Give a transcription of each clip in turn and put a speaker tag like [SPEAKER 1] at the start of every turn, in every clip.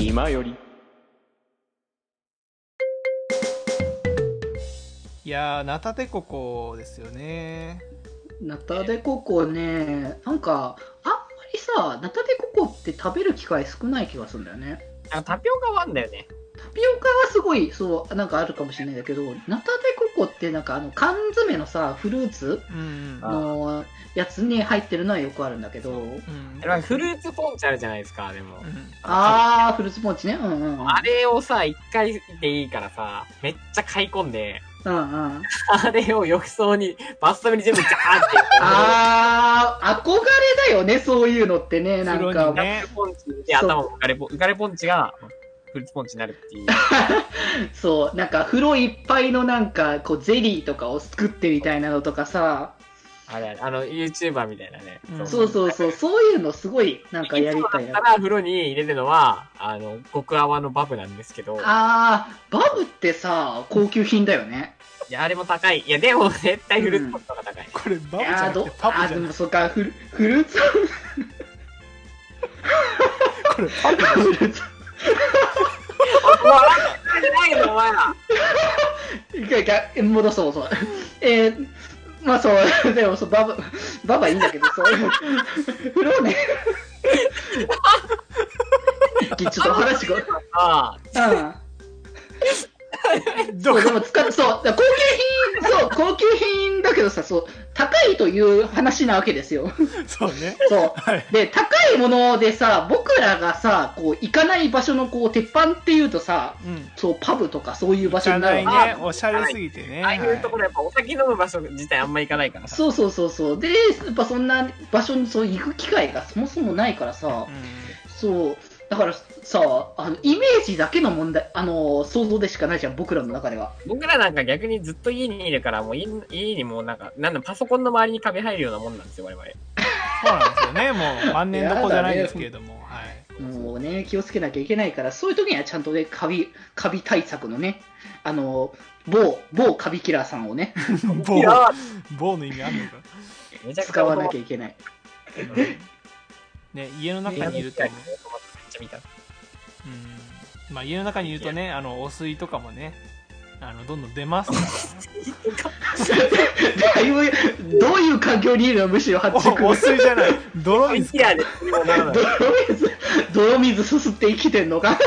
[SPEAKER 1] 今より
[SPEAKER 2] いやー、ナタデココですよね。
[SPEAKER 3] ナタデココね、なんか、あんまりさ、ナタデココって食べる機会少ない気がするんだよね。
[SPEAKER 4] あタピオカはあんだよね。
[SPEAKER 3] タピオカはすごい、そう、なんかあるかもしれないんだけど、ナタデココってなんかあの缶詰のさ、フルーツ
[SPEAKER 2] うん。
[SPEAKER 4] あ
[SPEAKER 3] のやつに入ってるのはよくあるんだけど、
[SPEAKER 2] うん
[SPEAKER 4] あれはフルーツポンチあるじゃないですか、でも。
[SPEAKER 2] うん
[SPEAKER 3] あー、フルーツポンチね。うんうんうん。
[SPEAKER 4] あれをさ、一回でいいからさ、めっちゃ買い込んで、
[SPEAKER 3] うんうん。
[SPEAKER 4] あれを浴槽に、バスタブに全部ジャーって。
[SPEAKER 3] あー、憧れだよね、そういうのってね、なん
[SPEAKER 2] 風呂
[SPEAKER 3] か
[SPEAKER 2] に。
[SPEAKER 4] ガ
[SPEAKER 2] ね
[SPEAKER 4] レポンチで頭を浮かれポン、浮かれポンチが、フルーツポンチになるっていう。
[SPEAKER 3] そう、なんか風呂いっぱいのなんか、こう、ゼリーとかを作ってみたいなのとかさ、
[SPEAKER 4] あれあれ、あの、YouTuber みたいなね。
[SPEAKER 2] うん
[SPEAKER 3] そうそうそう、そういうのすごい、なんかやりたい
[SPEAKER 4] だ
[SPEAKER 3] な
[SPEAKER 4] か。ら風呂に入れるのは、あの、極泡のバブなんですけど、
[SPEAKER 3] あー、バブってさ、高級品だよね。
[SPEAKER 4] いや、あれも高い。いや、でも絶対フルーツポンチの方が高い。
[SPEAKER 2] これ、バブ
[SPEAKER 3] い
[SPEAKER 2] じゃ
[SPEAKER 3] や
[SPEAKER 2] な
[SPEAKER 3] ー、
[SPEAKER 2] く
[SPEAKER 3] ど
[SPEAKER 2] て、
[SPEAKER 3] あ
[SPEAKER 2] パブ
[SPEAKER 3] ー
[SPEAKER 2] じ
[SPEAKER 3] で
[SPEAKER 2] ゃない
[SPEAKER 3] も。そっか、フルフルーツ、
[SPEAKER 2] これ、パブだよ
[SPEAKER 3] フルーツ、
[SPEAKER 4] うわ、ないの、お前ら。
[SPEAKER 3] いやいや戻そうそう。えー、まあそう、 でもそう、ババ、ババいいんだけど、そう、 風 呂ね。ちょっと 話が、
[SPEAKER 4] ああ、
[SPEAKER 3] うん。
[SPEAKER 2] ど
[SPEAKER 3] そうで
[SPEAKER 2] こ
[SPEAKER 3] も使う、そう、だから高級品、そう、高級品だけどさ、そう、高いという話なわけで すよ。
[SPEAKER 2] そうね。
[SPEAKER 3] そ
[SPEAKER 2] はい。
[SPEAKER 3] う。で、高いものでさ、僕らがさ、こう、行かない場所の、こう、鉄板っていうとさ、
[SPEAKER 2] うん。
[SPEAKER 3] そう、パブとかそういう場
[SPEAKER 2] 行
[SPEAKER 3] 所
[SPEAKER 2] かな
[SPEAKER 3] になる
[SPEAKER 2] い
[SPEAKER 3] わけ
[SPEAKER 2] ね。おしゃれすぎてね。
[SPEAKER 4] ああいうところやっぱお酒飲む場所自体あんま行かないからさ。
[SPEAKER 3] そうそうそうそう。で、やっぱそんな場所にそう行く機会がそもそもないからさ
[SPEAKER 2] は、い
[SPEAKER 3] そう、だからさ、あのイメージだけの問題、あの、想像でしかないじゃん、僕らの中では。
[SPEAKER 4] 僕らなんか逆にずっと家にいるから、もう家に家にもうなんか、なんだ、パソコンの周りにカビ入るようなもんなんですよ、我々。
[SPEAKER 2] そうなんですよね。もう、万年どころじゃないですけれども。はい。
[SPEAKER 3] もうね、気をつけなきゃいけないから、そういう時にはちゃんとね、カビ、カビ対策のね、あの、某、某カビキラーさんをね、
[SPEAKER 2] 棒
[SPEAKER 4] いや
[SPEAKER 2] 棒の意味あんのか。
[SPEAKER 4] めちゃくち
[SPEAKER 3] 使
[SPEAKER 4] ゃ
[SPEAKER 3] わなきゃいけない。
[SPEAKER 2] ね、家の中にいると
[SPEAKER 4] めっ。ちゃ見た。
[SPEAKER 2] うん。まあ、家の中にいるとね、あの、お水とかもね、あの、どんどん出ますか
[SPEAKER 3] だいぶ、どういう環境にいるのむしろ
[SPEAKER 2] ら。
[SPEAKER 3] 発
[SPEAKER 2] おお
[SPEAKER 3] 着。
[SPEAKER 2] 水じゃない。泥
[SPEAKER 4] イ
[SPEAKER 2] 水
[SPEAKER 4] ケアで、もうなんだろう
[SPEAKER 3] 泥水、泥水すすって生きてんのか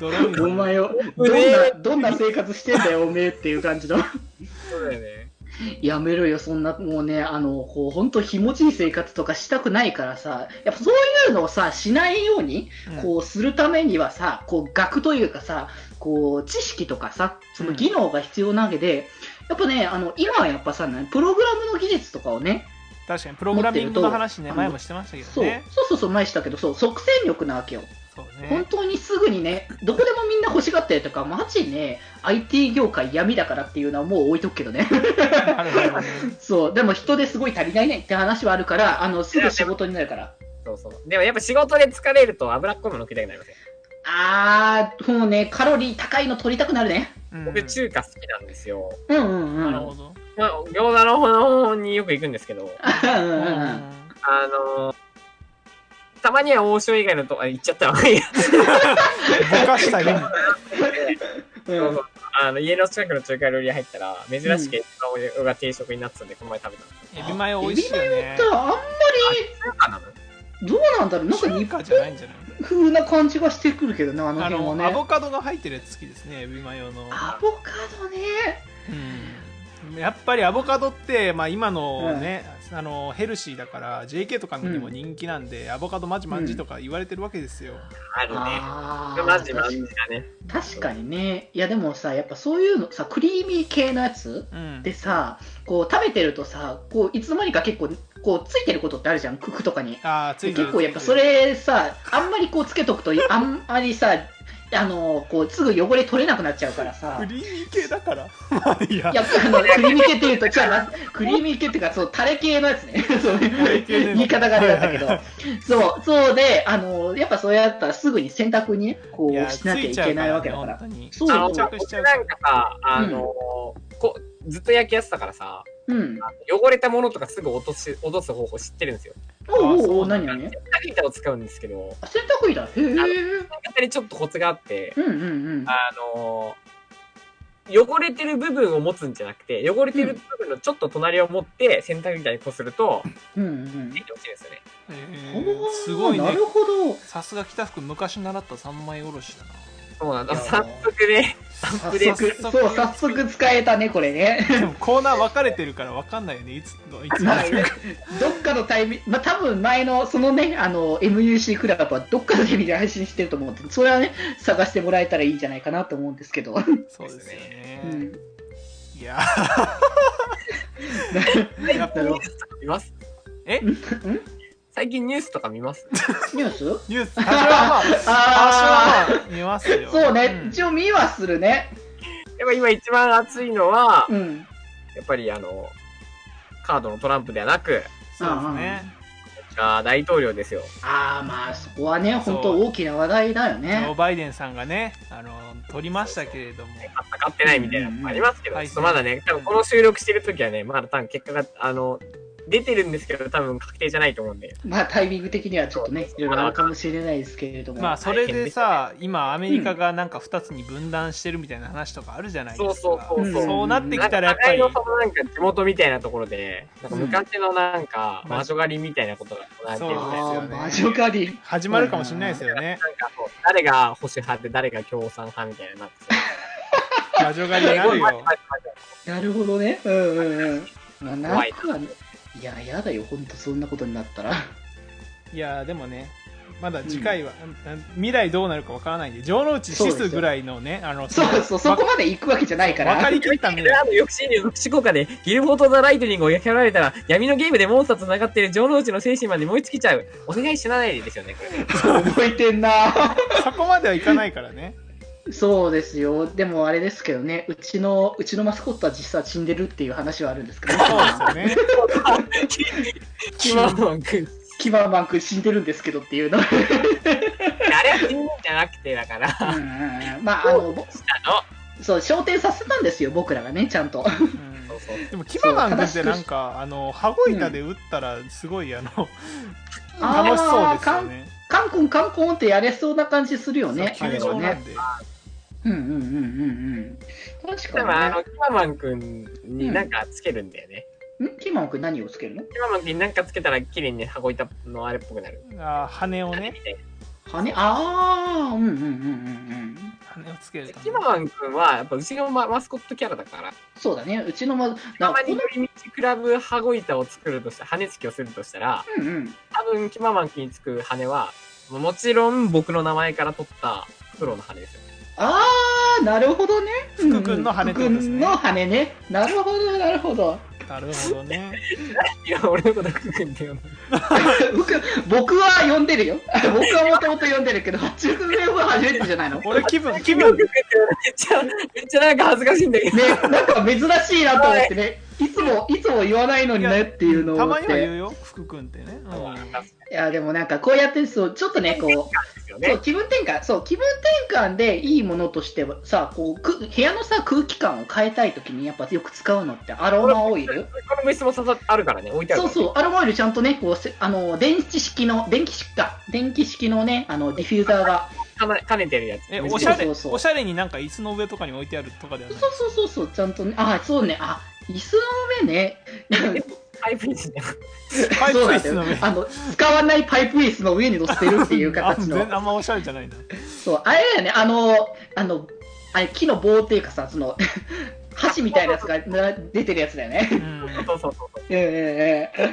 [SPEAKER 2] 泥水。
[SPEAKER 3] お前よ、どん
[SPEAKER 4] うめえ
[SPEAKER 3] な、どんな生活してんだよ、おめえっていう感じの。
[SPEAKER 4] そうだよね。
[SPEAKER 3] やめろよ、そんな、もうね、あの、こう、ほんと気持ちいい生活とかしたくないからさ、やっぱそういうのをさ、しないように、
[SPEAKER 2] うん
[SPEAKER 3] こう、するためにはさ、こう、学というかさ、こう、知識とかさ、その技能が必要なわけで、やっぱね、あの、今はやっぱさ、なプログラムの技術とかをね、
[SPEAKER 2] 確かに、プログラミングの話ね、
[SPEAKER 3] 持ってると
[SPEAKER 2] 前もしてましたけど
[SPEAKER 3] そう、
[SPEAKER 2] ね。
[SPEAKER 3] そうそうそう、前したけど、そう、即戦力なわけよ。
[SPEAKER 2] そう
[SPEAKER 3] 本
[SPEAKER 2] ね。
[SPEAKER 3] 当にすぐにね、どこでもみんな欲しがったりとか、マジね、IT 業界闇だからっていうのはもう置いとくけどね。
[SPEAKER 2] あるあるね。
[SPEAKER 3] そう、でも人ですごい足りないねって話はあるから、あの、すぐ仕事になるから。
[SPEAKER 4] そうそう。でもやっぱ仕事で疲れると脂っこいもの食いたくなりません。
[SPEAKER 3] あー、もうね、カロリー高いの取りたくなるね。
[SPEAKER 2] うん
[SPEAKER 4] 僕中華好きなんですよ。
[SPEAKER 3] うんうんうん。
[SPEAKER 2] な
[SPEAKER 3] うん
[SPEAKER 2] るほど。
[SPEAKER 4] まあ、餃子の方によく行くんですけど、
[SPEAKER 3] うん
[SPEAKER 2] う
[SPEAKER 3] うん
[SPEAKER 2] ん
[SPEAKER 4] あのーたまには王将以外のとこ、あ、行っちゃったわ。いや
[SPEAKER 2] ぼかした り。
[SPEAKER 3] うんうん。
[SPEAKER 4] あの、家の近くの中華料理屋入ったら、珍しくエビマヨが定食になってたんで、この前食べたんですよ。
[SPEAKER 2] エビマヨ美味しいよね
[SPEAKER 3] た。だあんま
[SPEAKER 4] 中華なの
[SPEAKER 3] り、どうなんだろう、なんか
[SPEAKER 2] 中
[SPEAKER 3] 日
[SPEAKER 2] 華
[SPEAKER 3] 本
[SPEAKER 2] じゃないんじゃない
[SPEAKER 3] 風な感じがしてくるけどね、あの
[SPEAKER 2] あ
[SPEAKER 3] 辺は
[SPEAKER 2] の、
[SPEAKER 3] ね。
[SPEAKER 2] アボカドが入ってるやつ好きですね、エビマヨの。
[SPEAKER 3] アボカドね。
[SPEAKER 2] うんやっぱりアボカドって、まあ、今のね、あのヘルシーだから JK とかにも人気なんで、アボカドマジマジとか言われてるわけですよ、
[SPEAKER 4] あるね。
[SPEAKER 3] あー
[SPEAKER 4] マジマジだね。
[SPEAKER 3] 確かにね。いや、でもさ、やっぱそういうのさ、クリーミー系のやつ
[SPEAKER 2] うん
[SPEAKER 3] でさ、こう食べてるとさ、こういつの間にか結構、こうついてることってあるじゃん、服とかに。
[SPEAKER 2] あーついてる
[SPEAKER 3] 結構やっぱ
[SPEAKER 2] つい
[SPEAKER 3] そ
[SPEAKER 2] てる
[SPEAKER 3] れさ、あんまりこうつけとくと、あんまりさ、あのこうすぐ汚れ取れなくなっちゃうからさ
[SPEAKER 2] ク。リーミー系だからまあいいや
[SPEAKER 3] いや、あの、クリーミー系っていうと、じゃあ、クリーミー系っていうか、そう、タレ系のやつ ね。そう
[SPEAKER 2] レ系ね
[SPEAKER 3] 言い方があれだったけど
[SPEAKER 2] はいは。
[SPEAKER 3] そう、そうで、あの、やっぱそうやったらすぐに洗濯にね、こ
[SPEAKER 2] いや
[SPEAKER 3] うしなきゃいけないわけだか
[SPEAKER 2] つ
[SPEAKER 3] ら。
[SPEAKER 2] いちゃうからね本当に
[SPEAKER 3] そう
[SPEAKER 4] あの、
[SPEAKER 3] そう
[SPEAKER 2] ちゃ
[SPEAKER 3] そう
[SPEAKER 4] 僕なんかさ、あのーこ、ずっと焼きやってたからさ、
[SPEAKER 3] う。うん。
[SPEAKER 4] あの汚れたものとかすぐ落とし、落とす方法知ってるんですよ。
[SPEAKER 3] おうおうお、
[SPEAKER 2] あそううな
[SPEAKER 3] 何
[SPEAKER 2] んだ
[SPEAKER 3] 何
[SPEAKER 4] 洗濯板を使うんですけど、
[SPEAKER 3] あ洗濯板。へ
[SPEAKER 4] 洗
[SPEAKER 3] え。
[SPEAKER 4] 濯板にちょっとコツがあって、
[SPEAKER 3] うんうんうん。
[SPEAKER 4] あのー汚れてる部分を持つんじゃなくて、汚れてる部分のちょっと隣を持って洗濯板にこすると、
[SPEAKER 3] うんうん
[SPEAKER 4] できて落ちるんですよね。
[SPEAKER 2] え
[SPEAKER 3] お
[SPEAKER 2] ー
[SPEAKER 3] ー
[SPEAKER 2] すごい
[SPEAKER 3] な
[SPEAKER 2] ね
[SPEAKER 3] るほど。
[SPEAKER 2] さすが北福昔習った三枚おろしだな
[SPEAKER 4] そうなんだ。
[SPEAKER 3] いやー
[SPEAKER 4] 早速ね、
[SPEAKER 3] 早
[SPEAKER 4] ブレイ
[SPEAKER 3] 速
[SPEAKER 4] ク、
[SPEAKER 3] そう、早速使えたね、これね。
[SPEAKER 2] でもコーナー分かれてるから分かんないよねいつのいつの
[SPEAKER 3] まあどっかのタイミング、まあ、多分前の、そのね、あの、MUC クラブはどっかのタイミングで配信してると思うんで、それはね、探してもらえたらいいんじゃないかなと思うんですけど。
[SPEAKER 2] そうですよね、
[SPEAKER 3] うん。
[SPEAKER 2] いや ーやっぱ
[SPEAKER 3] なるほど
[SPEAKER 4] 見ます
[SPEAKER 2] え
[SPEAKER 3] んん
[SPEAKER 4] 最近ニュースとか見ます
[SPEAKER 3] ニュース
[SPEAKER 2] ニュース多少はまあ多
[SPEAKER 3] あ
[SPEAKER 2] 少は見ます
[SPEAKER 3] あ、
[SPEAKER 2] よ
[SPEAKER 3] そうね、
[SPEAKER 2] ん
[SPEAKER 3] 一応見はするね。
[SPEAKER 4] やっぱ今一番熱いのは、
[SPEAKER 3] うん。
[SPEAKER 4] やっぱりあの、カードのトランプではなく、
[SPEAKER 2] そうですね
[SPEAKER 4] あー大統領ですよ。
[SPEAKER 3] ああ、まあ、そこはね、
[SPEAKER 2] そう
[SPEAKER 3] 本当大きな話題だ
[SPEAKER 2] ジ
[SPEAKER 3] よ
[SPEAKER 2] ョー・
[SPEAKER 3] ね。
[SPEAKER 2] バイデンさんがねあの取りましたけれども
[SPEAKER 4] 勝った勝ってないみたいなのもありますけど、
[SPEAKER 2] うんうん
[SPEAKER 4] ちょっとまだね、多分この収録してる時はね、まだ多分結果が、あの、出てるんですけど、多分確定じゃないと思うんで。
[SPEAKER 3] まあ、タイミング的にはちょっとね
[SPEAKER 4] そ、う
[SPEAKER 3] いろいろあるかもしれないですけれども。
[SPEAKER 2] まあそれでさ今アメリカがなんか2つに分断してるみたいな話とかあるじゃないです
[SPEAKER 4] そう
[SPEAKER 2] か
[SPEAKER 4] そう
[SPEAKER 3] そうそう
[SPEAKER 2] そうなってきたらやっぱ
[SPEAKER 4] 互い
[SPEAKER 2] り
[SPEAKER 4] のそのなんか地元みたいなところで、なんか昔のなんか
[SPEAKER 2] うん
[SPEAKER 4] 魔女狩りみたいなことが行われてるんで、
[SPEAKER 2] そう
[SPEAKER 4] なんか
[SPEAKER 2] よね
[SPEAKER 3] ああ、魔女狩り。
[SPEAKER 2] 始まるかもしれないですよね
[SPEAKER 4] こう誰が保守派で誰が共産派みたいになってさ
[SPEAKER 2] 魔女狩りになるよ
[SPEAKER 3] なるほどね。うんうんうん。まあ、な
[SPEAKER 4] 怖い
[SPEAKER 3] くはね。いや、やだよ、ほんとそんなことになったら。
[SPEAKER 2] いやーでもねまだ次回は、うん未来どうなるかわからないんで城之内シスぐらいのねあの
[SPEAKER 3] そうそう、そこまで行くわけじゃないから。
[SPEAKER 2] 分かりきった
[SPEAKER 4] あ
[SPEAKER 2] 未来
[SPEAKER 4] の抑止力抑止効果でギルフォート・ザ・ライトニングを焼き払われたら闇のゲームでモンスターと繋がっている城之内の精神まで燃え尽きちゃうお願い死なないでですよねこれ
[SPEAKER 3] 覚えてんな。
[SPEAKER 2] そこまではいかないからね
[SPEAKER 3] そうですよ。でもあれですけどね、うちの、うちのマスコットは実際死んでるっていう話はあるんですけど、
[SPEAKER 2] そうですよね
[SPEAKER 4] キモモン君
[SPEAKER 3] キママン君死んでるんですけどっていうの。うん
[SPEAKER 4] あれは死んじゃなくてだから
[SPEAKER 3] うんうんまあ、あの、ぼそう、昇天させたんですよ、僕らがね、ちゃんと。
[SPEAKER 2] うん
[SPEAKER 4] そうそう
[SPEAKER 2] でもキママン君ってなんかあの羽子板で打ったらすごいあの、
[SPEAKER 3] あー
[SPEAKER 2] 楽しそうですよね
[SPEAKER 3] カンコンカンコンってやれそうな感じするよね、あ
[SPEAKER 2] 球
[SPEAKER 3] れは
[SPEAKER 2] 場な
[SPEAKER 3] ね。
[SPEAKER 2] んで、
[SPEAKER 3] うんうんうんうんうん。確
[SPEAKER 4] でもあ
[SPEAKER 3] か
[SPEAKER 4] のキママン君になんかつけるんだよね、
[SPEAKER 3] にね。んキママン君何をつけるの
[SPEAKER 4] キママン君になんかつけたら綺麗に箱板のあれっぽくなる
[SPEAKER 2] あー羽をね
[SPEAKER 4] みたいな
[SPEAKER 3] 羽ああうんうんうんうんうん
[SPEAKER 2] 羽をつけるた
[SPEAKER 4] キ
[SPEAKER 2] め
[SPEAKER 4] ママン君はやっぱうちのママスコットキャラだから
[SPEAKER 3] そうだねうちのま
[SPEAKER 4] た
[SPEAKER 3] な
[SPEAKER 4] まに寄り道クラブ羽子板を作るとした羽根つきをするとしたら
[SPEAKER 3] うんうん
[SPEAKER 4] 多分キママンキにつく羽はもちろん僕の名前から取ったプロの羽ですよ
[SPEAKER 3] ああなるほどね
[SPEAKER 2] 福君の羽ってこと
[SPEAKER 3] 福
[SPEAKER 2] です
[SPEAKER 3] 君
[SPEAKER 2] ね
[SPEAKER 3] の羽ねなるほどなるほど
[SPEAKER 2] なるほどね
[SPEAKER 4] いや俺のこと福君って呼んで
[SPEAKER 3] 僕僕は呼んでるよ僕はもともと呼んでるけど中学は初めてじゃないのね
[SPEAKER 2] 俺気 分気
[SPEAKER 4] 福
[SPEAKER 2] 分
[SPEAKER 4] 君って呼んでめっちゃめっちゃなんか恥ずかしいんだけど
[SPEAKER 3] なんか珍しいなと思ってねいつもいつも言わないのにねっていうのを
[SPEAKER 2] た
[SPEAKER 3] 思
[SPEAKER 2] ま
[SPEAKER 3] っ
[SPEAKER 2] には言
[SPEAKER 3] て
[SPEAKER 2] うよ福君ってね、うん
[SPEAKER 4] そうなんで
[SPEAKER 3] いやでもなんかこうやってそうちょっとねこう
[SPEAKER 4] すよ
[SPEAKER 3] そ
[SPEAKER 4] ね
[SPEAKER 3] う気分転換そう気分転換でいいものとしてはさこうく部屋のさ空気感を変えたい時にやっぱよく使うのってアロマオイ
[SPEAKER 4] こ
[SPEAKER 3] ル
[SPEAKER 4] の物質も刺さあるからね置いてあるか
[SPEAKER 3] そう
[SPEAKER 4] ら
[SPEAKER 3] そうアロマオイルちゃんとねこうせあの電池式の電気式か電気式のねあのディフューザーが
[SPEAKER 4] かな兼ねてるやつ
[SPEAKER 2] え
[SPEAKER 3] そう
[SPEAKER 2] おしゃれ
[SPEAKER 3] そうそう
[SPEAKER 2] おしゃれになんか椅子の上とかに置いてあるとかではない
[SPEAKER 3] そうそうそうそうちゃんとねあそうねあ椅子の上ね
[SPEAKER 4] ハイプリスね
[SPEAKER 2] パイプ
[SPEAKER 3] そうなん
[SPEAKER 2] 椅
[SPEAKER 3] だ
[SPEAKER 2] 子の上
[SPEAKER 3] よ
[SPEAKER 2] に
[SPEAKER 3] あの使わないパイプ椅子の上に乗せてるって いう
[SPEAKER 2] あ
[SPEAKER 3] 形
[SPEAKER 2] 全
[SPEAKER 3] の
[SPEAKER 2] 然あんまおしゃれじゃないな
[SPEAKER 3] そうあれだよねあのあのあれ木の棒っていうかさその 箸みたいなやつがな出てるやつだよね
[SPEAKER 2] うん
[SPEAKER 4] そうそうそうそう
[SPEAKER 3] ええええ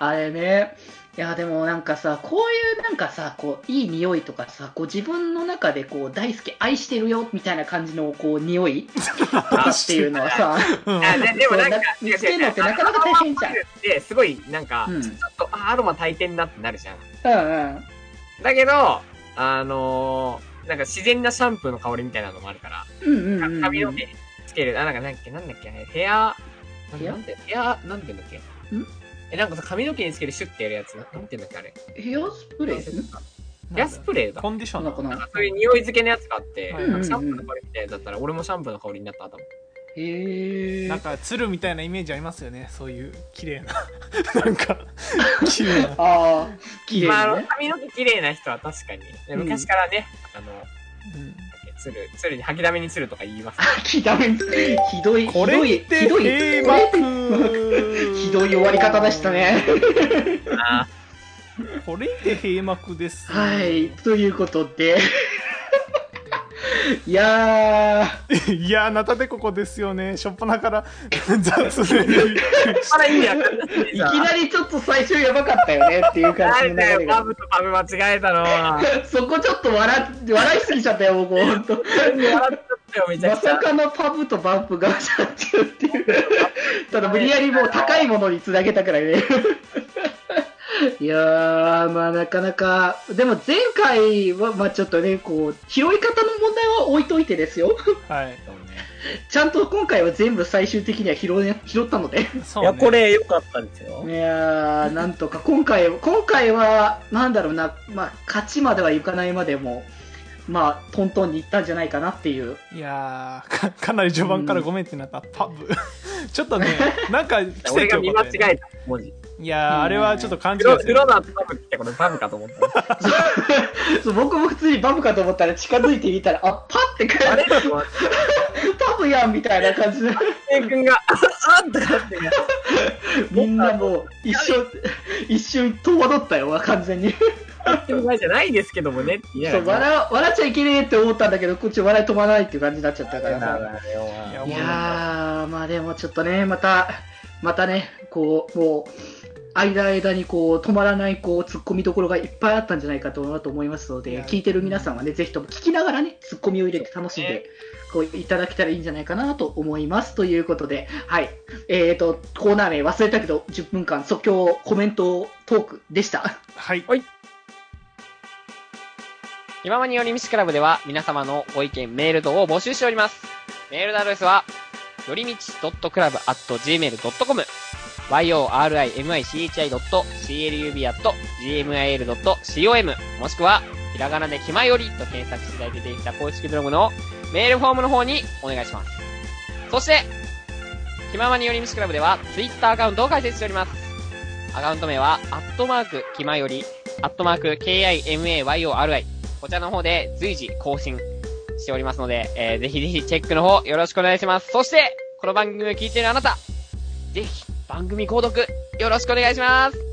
[SPEAKER 3] あれね。いやでもなんかさこういうなんかさこういい匂いとかさこう自分の中でこう大好き愛してるよみたいな感じのこう匂いっていうのはさ
[SPEAKER 2] うん
[SPEAKER 4] あででもなんか
[SPEAKER 3] そう見つけるのってなかなか大変じゃん
[SPEAKER 4] ですごいなんか、
[SPEAKER 3] うん
[SPEAKER 4] ちょっとあアロマ炊いてんなってなるじゃん
[SPEAKER 3] うんうん
[SPEAKER 4] だけどあのーなんか自然なシャンプーの香りみたいなのもあるから
[SPEAKER 3] うんうんうん
[SPEAKER 4] 髪の毛つける、あ、なんか、なんだっけ、なんだっけ、ヘア、
[SPEAKER 3] ヘア
[SPEAKER 4] なんて、ヘア、なんて言うんだっけ。え、なんかさ、髪の毛につけるシュッてやるやつ、ななんて言うんだっけ、あれ。
[SPEAKER 3] ヘアスプレーん
[SPEAKER 4] ヘアスプレーだ。
[SPEAKER 2] コンディショ
[SPEAKER 3] な
[SPEAKER 2] ン
[SPEAKER 3] のかな
[SPEAKER 4] そういう匂い付けのやつがあって、
[SPEAKER 2] はい
[SPEAKER 4] なんかシャンプーの香りみたいなやつだったら、俺もシャンプーの香りになったと思う。
[SPEAKER 3] へえ
[SPEAKER 2] なんか鶴みたいなイメージありますよねそういう綺麗な なんか綺麗な
[SPEAKER 3] ああ綺麗
[SPEAKER 4] まああ
[SPEAKER 3] な
[SPEAKER 4] の
[SPEAKER 3] ね、
[SPEAKER 4] 髪の毛綺麗な人は確かに。で
[SPEAKER 3] うん
[SPEAKER 4] 昔からね、あの、
[SPEAKER 2] うん
[SPEAKER 4] 鶴、鶴に、吐きだめに鶴とか言います。
[SPEAKER 3] ひどいひどい
[SPEAKER 2] これにて
[SPEAKER 3] ひどいひ
[SPEAKER 2] 閉
[SPEAKER 3] どいこれ
[SPEAKER 2] 幕
[SPEAKER 3] ひどい終わり方でしたね
[SPEAKER 4] あ
[SPEAKER 2] これにて閉幕です
[SPEAKER 3] はいということで いやー
[SPEAKER 2] いやーなたでここですよねしょっぱなから 雑で
[SPEAKER 4] あ、まだ意 味わかんない。い
[SPEAKER 3] いきなりちょっと最初やばかったよねっていう感
[SPEAKER 4] 誰
[SPEAKER 3] じの
[SPEAKER 4] だ
[SPEAKER 3] 流れ
[SPEAKER 4] よ、 パ
[SPEAKER 3] が
[SPEAKER 4] ブとパブ間違えた の。笑
[SPEAKER 3] そこちょっと笑っ笑いすぎちゃったよ僕ほん と
[SPEAKER 4] っちゃったよ、めちゃ
[SPEAKER 3] ま
[SPEAKER 4] くちゃ。
[SPEAKER 3] さかのパブとバンプがしゃっちゃうって いうただ無理やりもう高いものにつなげたからね いやーまあなかなかでも前回はまあちょっとねこう拾い方の問題は置いといてですよ
[SPEAKER 2] はい
[SPEAKER 3] ちゃんと今回は全部最終的には拾,、ね、拾ったので
[SPEAKER 2] そう
[SPEAKER 4] い
[SPEAKER 2] ね
[SPEAKER 4] や、これ良かったですよ
[SPEAKER 3] い。やーなんとか今回今回はなんだろうな、まあ、勝ちまではいかないまでもまあトントンにいったんじゃないかなっていう
[SPEAKER 2] いやーかかなり序盤からごめんってなった、パブ ちょっとねなんか奇跡
[SPEAKER 4] 俺が見
[SPEAKER 2] 起
[SPEAKER 4] 間
[SPEAKER 2] こったよね
[SPEAKER 4] 違えた文字。
[SPEAKER 2] いやーあれはちょっと勘違い
[SPEAKER 4] 黒
[SPEAKER 2] する
[SPEAKER 4] 黒だとパブってこれパブかと思った。
[SPEAKER 3] そう僕も普通にバブかと思ったら近づいてみたら、あパッて
[SPEAKER 4] あ
[SPEAKER 3] か
[SPEAKER 4] れ
[SPEAKER 3] れ、
[SPEAKER 4] と思って
[SPEAKER 3] パブやんみたいな感 じで、
[SPEAKER 4] 平君が、ああっとかって。
[SPEAKER 3] みんなもう一瞬、一瞬戸惑ったよ、完全に。
[SPEAKER 4] やってる場合じゃないですけどもねって言いな
[SPEAKER 3] そ
[SPEAKER 4] がら
[SPEAKER 3] う笑う笑っちゃいけねえって思ったんだけど、こっち笑い止まらないっていう感じになっちゃったからさ。
[SPEAKER 2] いや
[SPEAKER 3] いやー、まあでもちょっとね、また、またね、こう、もう、間間にこう止まらないこう突っ込みどころがいっぱいあったんじゃないかとと思いますの
[SPEAKER 2] い
[SPEAKER 3] で
[SPEAKER 2] や
[SPEAKER 3] 聞いてる皆さんはねぜひとも聞きながらね突っ込みを入れて楽しんでこういただけたらいいんじゃないかなと思いますということではいえー、とコーナー名忘れたけど10分間即興コメントトークでした
[SPEAKER 2] はい
[SPEAKER 1] 気ままに寄り道クラブでは皆様のご意見、メール等を募集しております。メールのアドレスは、よりみち .club.gmail.com、yorimichi.club.gmail.com、もしくは、ひらがなで気まよりと検索していただいて出てきた公式ブログのメールフォームの方にお願いします。そして、気ままに寄り道クラブでは、Twitter アカウントを開設しております。アカウント名は、アットマーク、気まより、アットマーク、KIMAYORI、こちらの方で随時更新しておりますので、えーぜひぜひチェックの方よろしくお願いします。そして、この番組を聞いているあなた、ぜひ番組購読よろしくお願いします。